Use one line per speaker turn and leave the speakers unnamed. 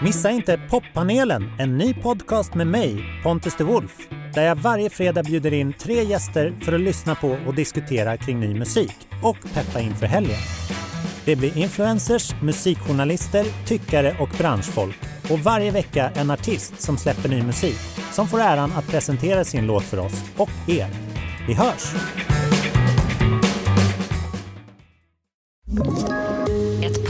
Missa inte Poppanelen, en ny podcast med mig, Pontus de Wolf, där jag varje fredag bjuder in tre gäster för att lyssna på och diskutera kring ny musik och peppa inför helgen. Det blir influencers, musikjournalister, tyckare och branschfolk och varje vecka en artist som släpper ny musik som får äran att presentera sin låt för oss och er. Vi hörs!
Ett